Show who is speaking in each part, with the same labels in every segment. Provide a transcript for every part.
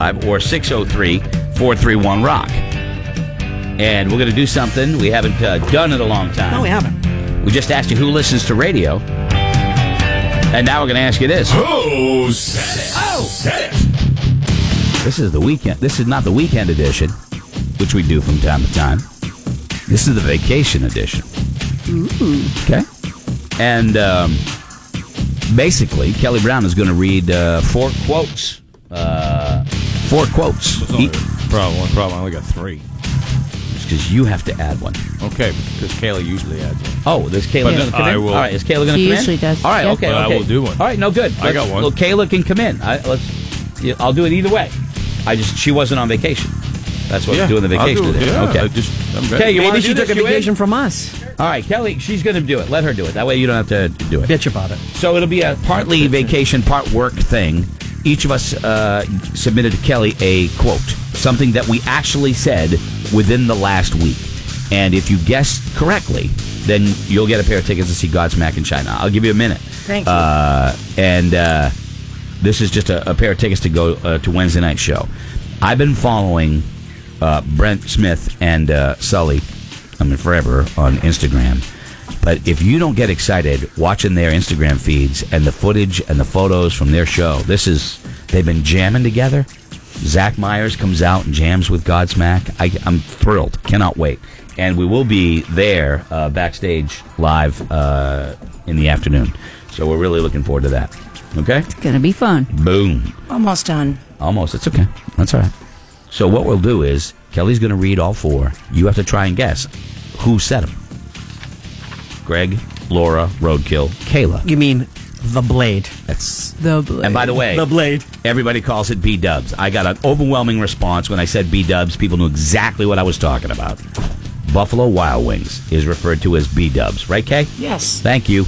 Speaker 1: or 603 431 Rock. And we're going to do something we haven't uh, done in a long time.
Speaker 2: No, we haven't.
Speaker 1: We just asked you who listens to radio. And now we're going to ask you this.
Speaker 3: Oh, said it. Oh, said it.
Speaker 1: This is the weekend. This is not the weekend edition, which we do from time to time. This is the vacation edition. Okay. And um, basically, Kelly Brown is going to read uh, four quotes. Uh, four quotes. E
Speaker 4: It's only problem, one problem. I only got three.
Speaker 1: Because you have to add one.
Speaker 4: Okay, because Kayla usually adds one.
Speaker 1: Oh, there's Kayla
Speaker 4: But
Speaker 1: going to come
Speaker 4: I
Speaker 1: in?
Speaker 4: will-
Speaker 1: All right, is Kayla going to come
Speaker 5: She
Speaker 1: in?
Speaker 5: usually does,
Speaker 1: All right,
Speaker 5: yeah.
Speaker 1: okay,
Speaker 4: But I
Speaker 1: okay.
Speaker 4: will do one.
Speaker 1: All right, no good.
Speaker 4: I got one.
Speaker 1: Well, Kayla can come in. I, let's. yeah, I'll do it either way. I just she wasn't on vacation. That's what
Speaker 4: Yeah,
Speaker 1: I'm doing the
Speaker 4: I'll
Speaker 1: vacation
Speaker 4: do it.
Speaker 1: today.
Speaker 4: Yeah,
Speaker 1: okay.
Speaker 4: I just- I'm ready.
Speaker 1: Kay, you
Speaker 2: Maybe
Speaker 1: wanna
Speaker 2: she
Speaker 1: do
Speaker 2: took
Speaker 1: this?
Speaker 2: a
Speaker 1: You in?
Speaker 2: vacation from us.
Speaker 1: All right, Kelly, she's going to do it. Let her do it. That way you don't have to do it.
Speaker 2: Bitch about it.
Speaker 1: So it'll be a partly vacation, part work thing. Each of us uh, submitted to Kelly a quote, something that we actually said within the last week. And if you guessed correctly, then you'll get a pair of tickets to see Godsmack in China. I'll give you a minute.
Speaker 2: Thank you.
Speaker 1: Uh, and uh, this is just a, a pair of tickets to go uh, to Wednesday night show. I've been following uh, Brent Smith and uh, Sully, I mean forever on Instagram. But if you don't get excited watching their Instagram feeds and the footage and the photos from their show, this is they've been jamming together. Zach Myers comes out and jams with Godsmack. I, I'm thrilled, cannot wait, and we will be there uh, backstage live uh, in the afternoon. So we're really looking forward to that. Okay,
Speaker 5: Gonna be fun.
Speaker 1: boom.
Speaker 5: Almost done.
Speaker 1: Almost. It's okay. That's all right. So what we'll do is Kelly's going to read all four. You have to try and guess who said them. Greg, Laura, Roadkill, Kayla.
Speaker 2: You mean the blade?
Speaker 1: That's.
Speaker 5: The blade.
Speaker 1: And by the way,
Speaker 2: The blade.
Speaker 1: everybody calls it B Dubs. I got an overwhelming response when I said B Dubs. People knew exactly what I was talking about. Buffalo Wild Wings is referred to as B Dubs, right, Kay?
Speaker 2: Yes.
Speaker 1: Thank you.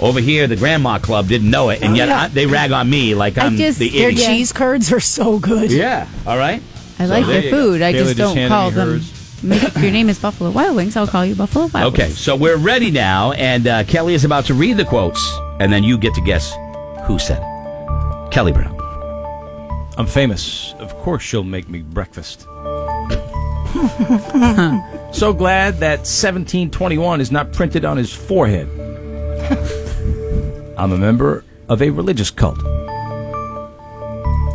Speaker 1: Over here, the Grandma Club didn't know it, and yet I, they rag on me like
Speaker 5: Oh, I
Speaker 1: I'm
Speaker 5: just-
Speaker 1: Um, the
Speaker 5: they're
Speaker 1: idiot.
Speaker 5: just-
Speaker 2: Cheese curds are so good.
Speaker 1: yeah. All right.
Speaker 5: I like
Speaker 1: So
Speaker 5: your
Speaker 1: there you go.
Speaker 5: food. I
Speaker 4: Kayla
Speaker 5: just
Speaker 4: just
Speaker 5: don't
Speaker 4: handed
Speaker 5: call
Speaker 4: me
Speaker 5: them.
Speaker 4: hers.
Speaker 5: Make if your name is Buffalo Wild Wings, I'll call you Buffalo Wild
Speaker 1: Okay,
Speaker 5: Wings.
Speaker 1: so we're ready now, and uh, Kelly is about to read the quotes, and then you get to guess who said it. Kelly Brown.
Speaker 4: I'm famous. Of course, she'll make me breakfast. so glad that 1721 is not printed on his forehead. I'm a member of a religious cult.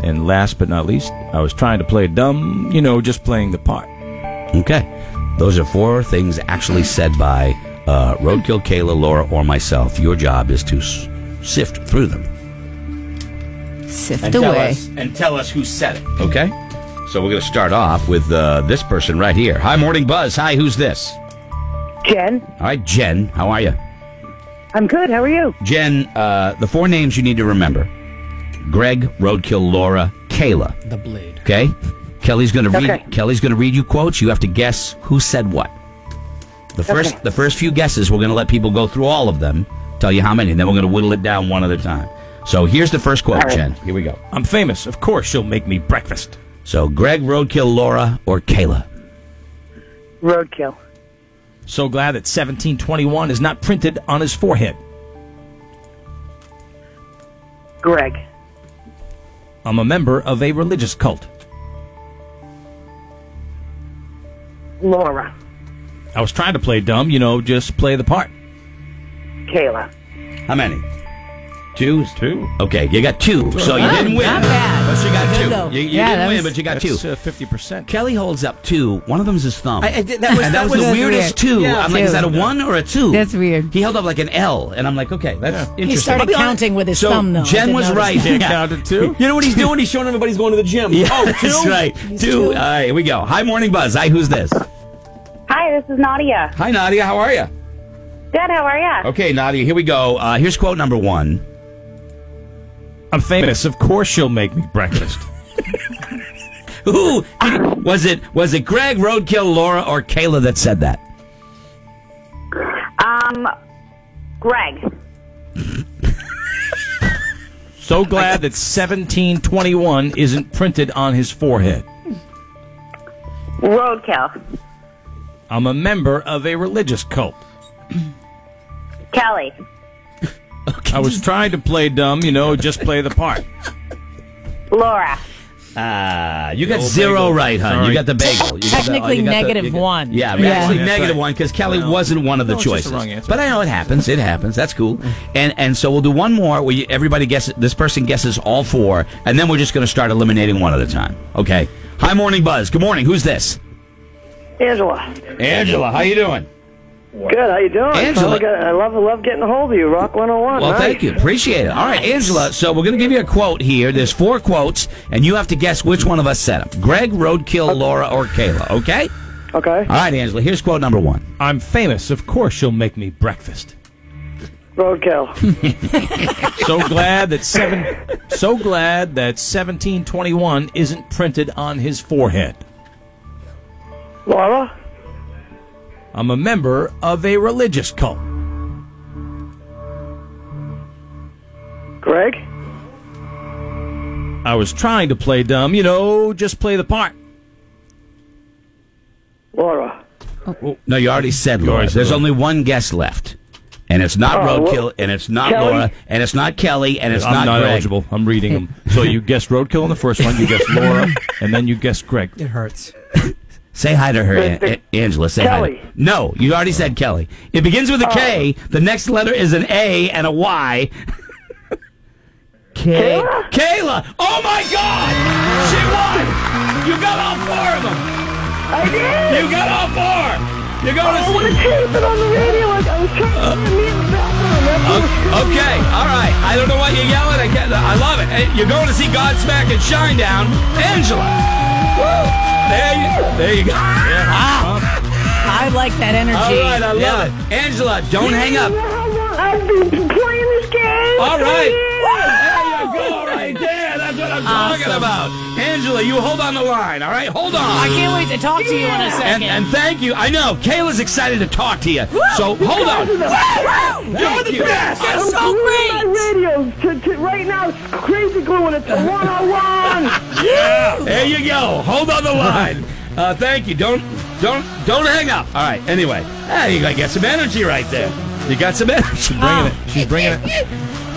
Speaker 4: And last but not least, I was trying to play dumb, you know, just playing the part.
Speaker 1: Okay, those are four things actually said by uh, Roadkill, Kayla, Laura, or myself. Your job is to s- sift through them
Speaker 5: Sift away.
Speaker 1: and tell us who said it. Okay, so we're going to start off with uh, this person right here. Hi, Morning Buzz. Hi, who's this?
Speaker 6: Jen,
Speaker 1: All right, Jen. How are you?
Speaker 6: I'm good. How are you?
Speaker 1: Jen, uh, the four names you need to remember: Greg, Roadkill, Laura, Kayla.
Speaker 2: The blade.
Speaker 1: Okay. Kelly's going to read.
Speaker 6: Okay.
Speaker 1: Kelly's going to read you quotes. You have to guess who said what. The first, the first few guesses, we're going to let people go through all of them, tell you how many, and then we're going to whittle it down one at a time. So here's the first quote, Jen. Here we go.
Speaker 4: I'm famous. Of course, she'll make me breakfast.
Speaker 1: So Greg, Roadkill, Laura, or Kayla.
Speaker 6: Roadkill.
Speaker 4: So glad that 1721 is not printed on his forehead.
Speaker 6: Greg.
Speaker 4: I'm a member of a religious cult.
Speaker 6: Laura.
Speaker 4: I was trying to play dumb, you know, just play the part.
Speaker 6: Kayla.
Speaker 1: How many? Two.
Speaker 4: Two.
Speaker 1: Okay, you got two. So you didn't win.
Speaker 5: Not bad.
Speaker 1: But you got
Speaker 5: Good,
Speaker 1: two.
Speaker 5: though.
Speaker 1: You, you
Speaker 5: Yeah,
Speaker 1: didn't
Speaker 5: that
Speaker 1: win,
Speaker 5: was-
Speaker 1: but you got two.
Speaker 4: That's uh, 50%.
Speaker 1: Kelly holds up two. One of them's his thumb.
Speaker 2: I- I did- that was-
Speaker 1: and that,
Speaker 2: that
Speaker 1: was,
Speaker 2: was-
Speaker 1: the
Speaker 5: that's
Speaker 1: weirdest
Speaker 5: weird.
Speaker 1: two.
Speaker 2: Yeah.
Speaker 1: I'm like, is
Speaker 5: Two.
Speaker 1: that a one or a two?
Speaker 5: That's weird.
Speaker 1: He held up like an L, and I'm like, okay, that's interesting.
Speaker 7: He started counting with his
Speaker 1: so
Speaker 7: thumb, though. I
Speaker 1: Jen
Speaker 7: did
Speaker 1: was
Speaker 7: notice
Speaker 1: right.
Speaker 7: that.
Speaker 4: Can't
Speaker 1: Yeah.
Speaker 4: count it two.
Speaker 2: You know what he's doing? He's showing everybody he's going to the gym.
Speaker 1: Yeah,
Speaker 2: Oh,
Speaker 1: that's
Speaker 2: two?
Speaker 1: right. Two. All right, here we go. Hi, Morning Buzz. Hi, who's this?
Speaker 6: Hi, this is Nadia.
Speaker 1: Hi, Nadia. How are you?
Speaker 6: Dad, how are ya?
Speaker 1: Okay, Nadia, here we go. Uh, here's quote number one.
Speaker 4: I'm famous. Of course she'll make me breakfast.
Speaker 1: Who did- was it? Was it Greg Roadkill, Laura, or Kayla that said that?
Speaker 6: Um, Greg.
Speaker 4: So glad that 1721 isn't printed on his forehead.
Speaker 6: Roadkill.
Speaker 4: I'm a member of a religious cult.
Speaker 6: Kelly.
Speaker 4: I was trying to play dumb, you know, just play the part.
Speaker 6: Laura.
Speaker 1: Ah, you got
Speaker 4: The old
Speaker 1: zero
Speaker 4: bagel.
Speaker 1: right, hon. You
Speaker 4: Sorry.
Speaker 1: got the bagel. You got the-
Speaker 7: Technically
Speaker 1: you got the-
Speaker 7: negative
Speaker 1: you got-
Speaker 7: one.
Speaker 1: Yeah,
Speaker 7: Yeah.
Speaker 1: actually
Speaker 4: That's
Speaker 1: negative
Speaker 4: right.
Speaker 1: one because Kelly
Speaker 4: No.
Speaker 1: wasn't one of the
Speaker 4: No, it's just
Speaker 1: choices.
Speaker 4: the wrong answer. Mm.
Speaker 1: But I know it happens. It happens. That's cool. And and so we'll do one more. We everybody guesses. This person guesses all four, and then we're just going to start eliminating one at a time. Okay. Hi, morning buzz. Good morning. Who's this?
Speaker 8: Angela.
Speaker 1: Angela. How you doing?
Speaker 8: Good. How you doing?
Speaker 1: Angela.
Speaker 8: Finally got- I love love getting a hold of you. Rock 101.
Speaker 1: Well,
Speaker 8: nice.
Speaker 1: thank you. Appreciate it. All right, Angela. So we're going to give you a quote here. There's four quotes, and you have to guess which one of us said them. Greg, Roadkill, Laura, or Kayla. Okay.
Speaker 8: Okay.
Speaker 1: All right, Angela. Here's quote number one.
Speaker 4: I'm famous. Of course, she'll make me breakfast.
Speaker 1: Hmm.
Speaker 8: Roadkill.
Speaker 4: So glad that seven. So glad that 1721 isn't printed on his forehead.
Speaker 8: Laura.
Speaker 4: I'm a member of a religious cult.
Speaker 8: Greg.
Speaker 4: I was trying to play dumb, you know, just play the part.
Speaker 8: Laura.
Speaker 1: No, you already said Laura.
Speaker 4: already said
Speaker 1: There's
Speaker 4: Laura.
Speaker 1: only one guest left. And it's not
Speaker 8: Oh,
Speaker 1: Roadkill,
Speaker 8: well,
Speaker 1: and it's not
Speaker 8: Kelly?
Speaker 1: Laura, and it's not Kelly, and it's
Speaker 4: I'm
Speaker 1: not,
Speaker 4: not,
Speaker 1: Greg.
Speaker 4: eligible. I'm reading them. So you guessed Roadkill on the first one, you guessed Laura, and then you guessed Greg.
Speaker 2: It hurts.
Speaker 1: Say hi to her, An-
Speaker 8: Mr.
Speaker 1: An- Angela. Say
Speaker 8: Kelly.
Speaker 1: hi. To- no, you already said Kelly. It begins with a K. The next letter is an A and a Y. K- Kayla? Oh my God! She won! You got all four of them.
Speaker 8: I did. Oh,
Speaker 1: You got all four. You're going to
Speaker 8: I want to tape it on the radio. I, I was trying to meet in the bathroom. That's what was killing me.
Speaker 1: Uh, Okay, all right. I don't know why you're yelling. I, can't, I love it. Hey, You're going to see Godsmack and Shinedown. Angela. Woo. There you, there you go.
Speaker 8: Ah!
Speaker 7: I like that energy.
Speaker 1: All right, I love it. Angela, don't hang
Speaker 8: You
Speaker 1: up.
Speaker 8: know how long I've been playing this game?
Speaker 1: All
Speaker 8: Yeah.
Speaker 1: right. There you go right there. That's what I'm talking about. Angela, you hold on the line, all right? Hold on.
Speaker 7: I can't wait to talk to you in a
Speaker 1: and,
Speaker 7: second.
Speaker 1: and thank you. I know. Kayla's excited to talk to you. So hold on. You're the best.
Speaker 8: I'm so great. My radio to, to, right now it's crazy gluing it to 101.
Speaker 1: There you go. Hold on the line. Uh, thank you. Don't don't don't hang up. All right. Anyway, hey, you gotta get some energy right there. You got some energy. She's bringing it. She's bringing it.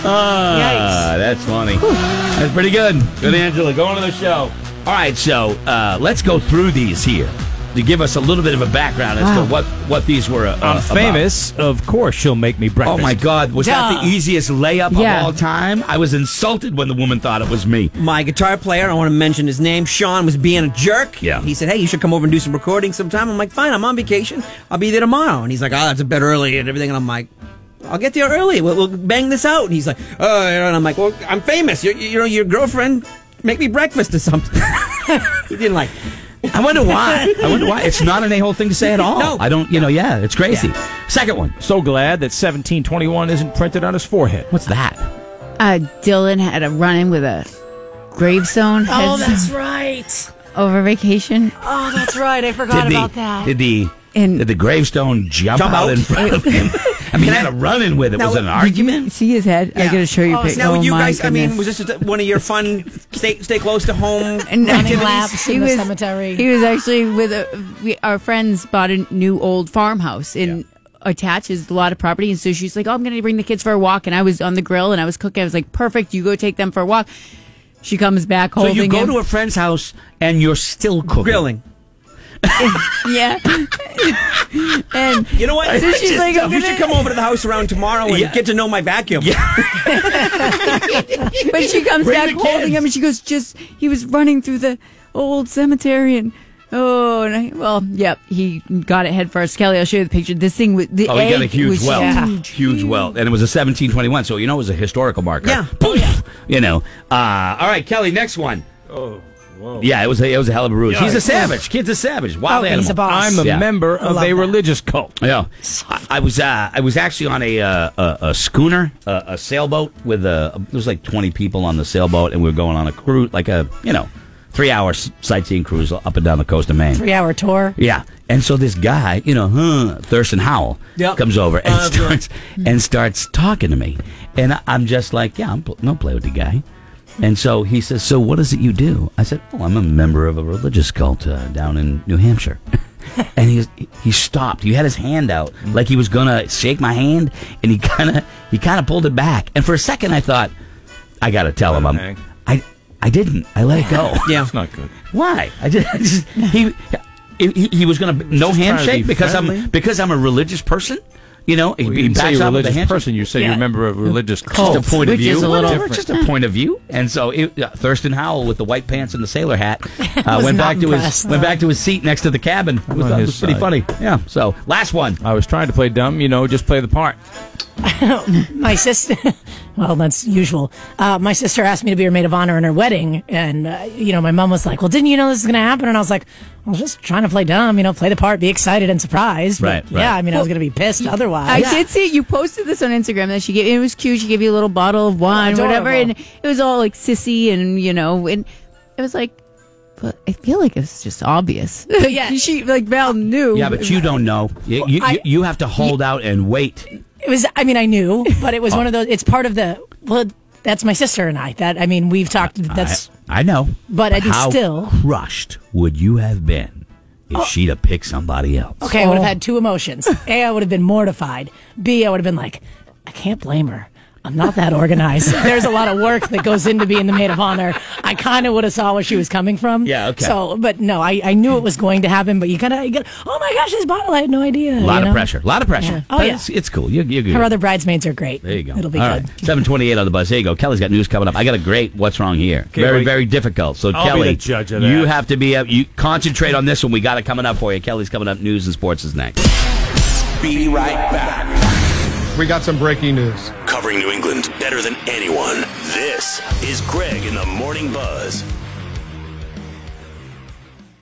Speaker 1: Ah, that's funny. That's pretty good. Good, Angela. Go on to the show. All right. So uh, let's go through these here to give us a little bit of a background as to what what these were. Uh,
Speaker 4: I'm
Speaker 1: uh, about.
Speaker 4: famous. Of course, she'll make me breakfast.
Speaker 1: Oh my God! Was that the
Speaker 7: Duh.
Speaker 1: easiest layup
Speaker 5: Yeah.
Speaker 1: of all time? I was insulted when the woman thought it was me.
Speaker 2: My guitar player, I don't want to mention his name, Sean, was being a jerk.
Speaker 1: Yeah.
Speaker 2: He said, hey, you should come over and do some recording sometime. I'm like, fine, I'm on vacation. I'll be there tomorrow. And he's like, oh, that's a bit early and everything. And I'm like, I'll get there early. We'll, we'll bang this out. And he's like, oh, you know, and I'm like, well, I'm famous. You, you know, your girlfriend, make me breakfast or something. he didn't like
Speaker 1: I wonder why. I wonder why. It's not an a-hole thing to say at all.
Speaker 2: No.
Speaker 1: I don't, you know, yeah, it's crazy. Second one.
Speaker 4: So glad that 1721 isn't printed on his forehead.
Speaker 1: What's that?
Speaker 5: Uh, Dylan had a run in with a gravestone
Speaker 7: oh,
Speaker 5: headstone
Speaker 7: that's right.
Speaker 5: over vacation.
Speaker 7: Oh, that's right. I forgot
Speaker 1: the,
Speaker 7: about that.
Speaker 1: Did the,
Speaker 5: And-
Speaker 1: did the gravestone jump,
Speaker 2: Jump
Speaker 1: out
Speaker 2: out?
Speaker 1: in front of him? I mean, he had a run-in with it.
Speaker 2: Now,
Speaker 1: was it an
Speaker 5: Did
Speaker 1: argument?
Speaker 5: you see his head? I gotta show you. a
Speaker 2: Oh,
Speaker 5: pic-
Speaker 2: now
Speaker 5: oh,
Speaker 2: you
Speaker 5: my
Speaker 2: guys, I mean,
Speaker 5: goodness.
Speaker 2: was this just one of your fun stay stay close to home?
Speaker 5: And
Speaker 7: Running
Speaker 5: activities.
Speaker 7: laps in the cemetery.
Speaker 5: He was actually with a, we, our friends bought a new old farmhouse in attaches a lot of property, and so she's like, "Oh, I'm going to bring the kids for a walk." And I was on the grill and I was cooking. I was like, "Perfect, you go take them for a walk." She comes back
Speaker 1: So
Speaker 5: holding
Speaker 1: you go
Speaker 5: him.
Speaker 1: to a friend's house and you're still cooking.
Speaker 2: Grilling.
Speaker 5: yeah, and
Speaker 2: You know what?
Speaker 5: So she's
Speaker 2: Just-
Speaker 5: like, I'm
Speaker 2: you
Speaker 5: gonna-
Speaker 2: should come over to the house around tomorrow and
Speaker 1: Yeah.
Speaker 2: get to know my vacuum.
Speaker 5: but she comes
Speaker 1: Bring
Speaker 5: back
Speaker 1: the
Speaker 5: holding
Speaker 1: kids.
Speaker 5: him, and she goes, "Just he was running through the old cemetery and." Oh, and I, well, yep, he got it head first. Kelly, I'll show you the picture. This thing was the
Speaker 1: Oh, he got a
Speaker 5: egg
Speaker 1: huge
Speaker 5: was
Speaker 1: well.
Speaker 5: huge.
Speaker 1: Huge well. And it was a 1721, so you know it was a historical marker.
Speaker 2: Yeah.
Speaker 1: Poof! You know. Uh, all right, Kelly, next one.
Speaker 4: Oh, whoa.
Speaker 1: Yeah, it was a, it was a hell of a ruse. He's a
Speaker 4: Yikes.
Speaker 1: savage. Kid's a savage. Wild
Speaker 7: Oh,
Speaker 1: animal.
Speaker 7: he's a boss.
Speaker 4: I'm a
Speaker 1: Yeah.
Speaker 4: member of
Speaker 7: love
Speaker 4: a
Speaker 7: that.
Speaker 4: religious cult.
Speaker 1: Yeah, I, I was uh, I was actually on a uh, a, a schooner, uh, a sailboat with a there was like twenty people on the sailboat, and we were going on a cruise, like a you know, three hour s- sightseeing cruise up and down the coast of Maine.
Speaker 7: Three hour tour.
Speaker 1: Yeah, and so this guy, you know, huh, Thurston Howell,
Speaker 2: Yep.
Speaker 1: comes over and
Speaker 2: Uh,
Speaker 1: starts and starts talking to me, and I- I'm just like, yeah, I'm pl- no play with the guy. And so he says, "So what is it you do?" I said, "Well, I'm a member of a religious cult uh, down in New Hampshire." and he he stopped. He had his hand out like he was gonna shake my hand, and he kind of he kind of pulled it back. And for a second, I thought, "I gotta tell him I'm."
Speaker 4: Hang.
Speaker 1: I, I didn't. I let it go.
Speaker 2: Yeah.
Speaker 4: It's not good.
Speaker 1: Why? I just, I just he, he he was gonna no
Speaker 4: just trying to
Speaker 1: handshake
Speaker 4: be
Speaker 1: because
Speaker 4: friendly.
Speaker 1: I'm because I'm a religious person. You know,
Speaker 4: Well,
Speaker 1: he
Speaker 4: you didn't say
Speaker 1: backs
Speaker 4: you're a
Speaker 1: up with the
Speaker 4: religious
Speaker 1: handshake.
Speaker 4: person. Oh, You say
Speaker 1: Yeah.
Speaker 4: you're a member of a religious cult.
Speaker 1: Just a point of
Speaker 5: which
Speaker 1: view.
Speaker 5: is a little
Speaker 1: Whatever, just a point of view. And so it, uh, Thurston Howell with the white pants and the sailor hat uh,
Speaker 7: Was
Speaker 1: went
Speaker 7: not
Speaker 1: back to his
Speaker 7: impressed.
Speaker 1: went back to his seat next to the cabin. It was,
Speaker 4: on
Speaker 1: uh, it
Speaker 4: his
Speaker 1: was pretty
Speaker 4: side.
Speaker 1: funny. Yeah. So last one.
Speaker 4: I was trying to play dumb, you know, just play the part.
Speaker 7: my sister well that's usual uh, my sister asked me to be her maid of honor in her wedding and uh, you know my mom was like well didn't you know this is going to happen and i was like i was just trying to play dumb you know play the part be excited and surprised But,
Speaker 1: Right, right.
Speaker 7: yeah i mean i was going to be pissed otherwise
Speaker 5: I did see you posted this on Instagram that she gave. It was cute. She gave you a little bottle of wine,
Speaker 7: adorable.
Speaker 5: whatever, and it was all like sissy, and you know, and it was like, but I feel like it's just obvious.
Speaker 7: yeah.
Speaker 5: she like Val knew.
Speaker 1: Yeah, but you don't know. You, you, you,
Speaker 7: I-
Speaker 1: you have to hold out and wait.
Speaker 7: it was i mean i knew but it was
Speaker 1: Oh.
Speaker 7: one of those it's part of the well that's my sister and i that i mean we've talked that's
Speaker 1: I, I know.
Speaker 7: But I'd be
Speaker 1: how
Speaker 7: still- Oh.
Speaker 1: crushed would you have been if she'd have picked somebody else?
Speaker 7: okay i would have had two emotions a i would have been mortified b i would have been like i can't blame her I'm not that organized. There's a lot of work that goes into being the maid of honor. I kind of would have saw where she was coming from.
Speaker 1: Yeah, okay.
Speaker 7: So, but no, I, I knew it was going to happen. But you gotta, you gotta oh my gosh, this bottle! I had no
Speaker 1: A
Speaker 7: idea.
Speaker 1: lot of pressure. A lot of pressure.
Speaker 7: Oh,
Speaker 1: But
Speaker 7: yeah.
Speaker 1: It's, it's cool. You, you're good.
Speaker 7: Her other bridesmaids are great.
Speaker 1: There you go.
Speaker 7: It'll be
Speaker 1: All
Speaker 7: good.
Speaker 1: right. 728 on the buzz. There you go. Kelly's got news coming up. I got a great what's wrong here. very,
Speaker 4: wait.
Speaker 1: very difficult. So,
Speaker 4: I'll be
Speaker 1: Kelly,
Speaker 4: the judge of
Speaker 1: you
Speaker 4: that.
Speaker 1: have to be, a, you concentrate on this one. We got it coming up for you. Kelly's coming up. News and sports is next.
Speaker 3: Be right back.
Speaker 9: We got some breaking news.
Speaker 3: Covering New England better than anyone. This is Greg in the Morning Buzz.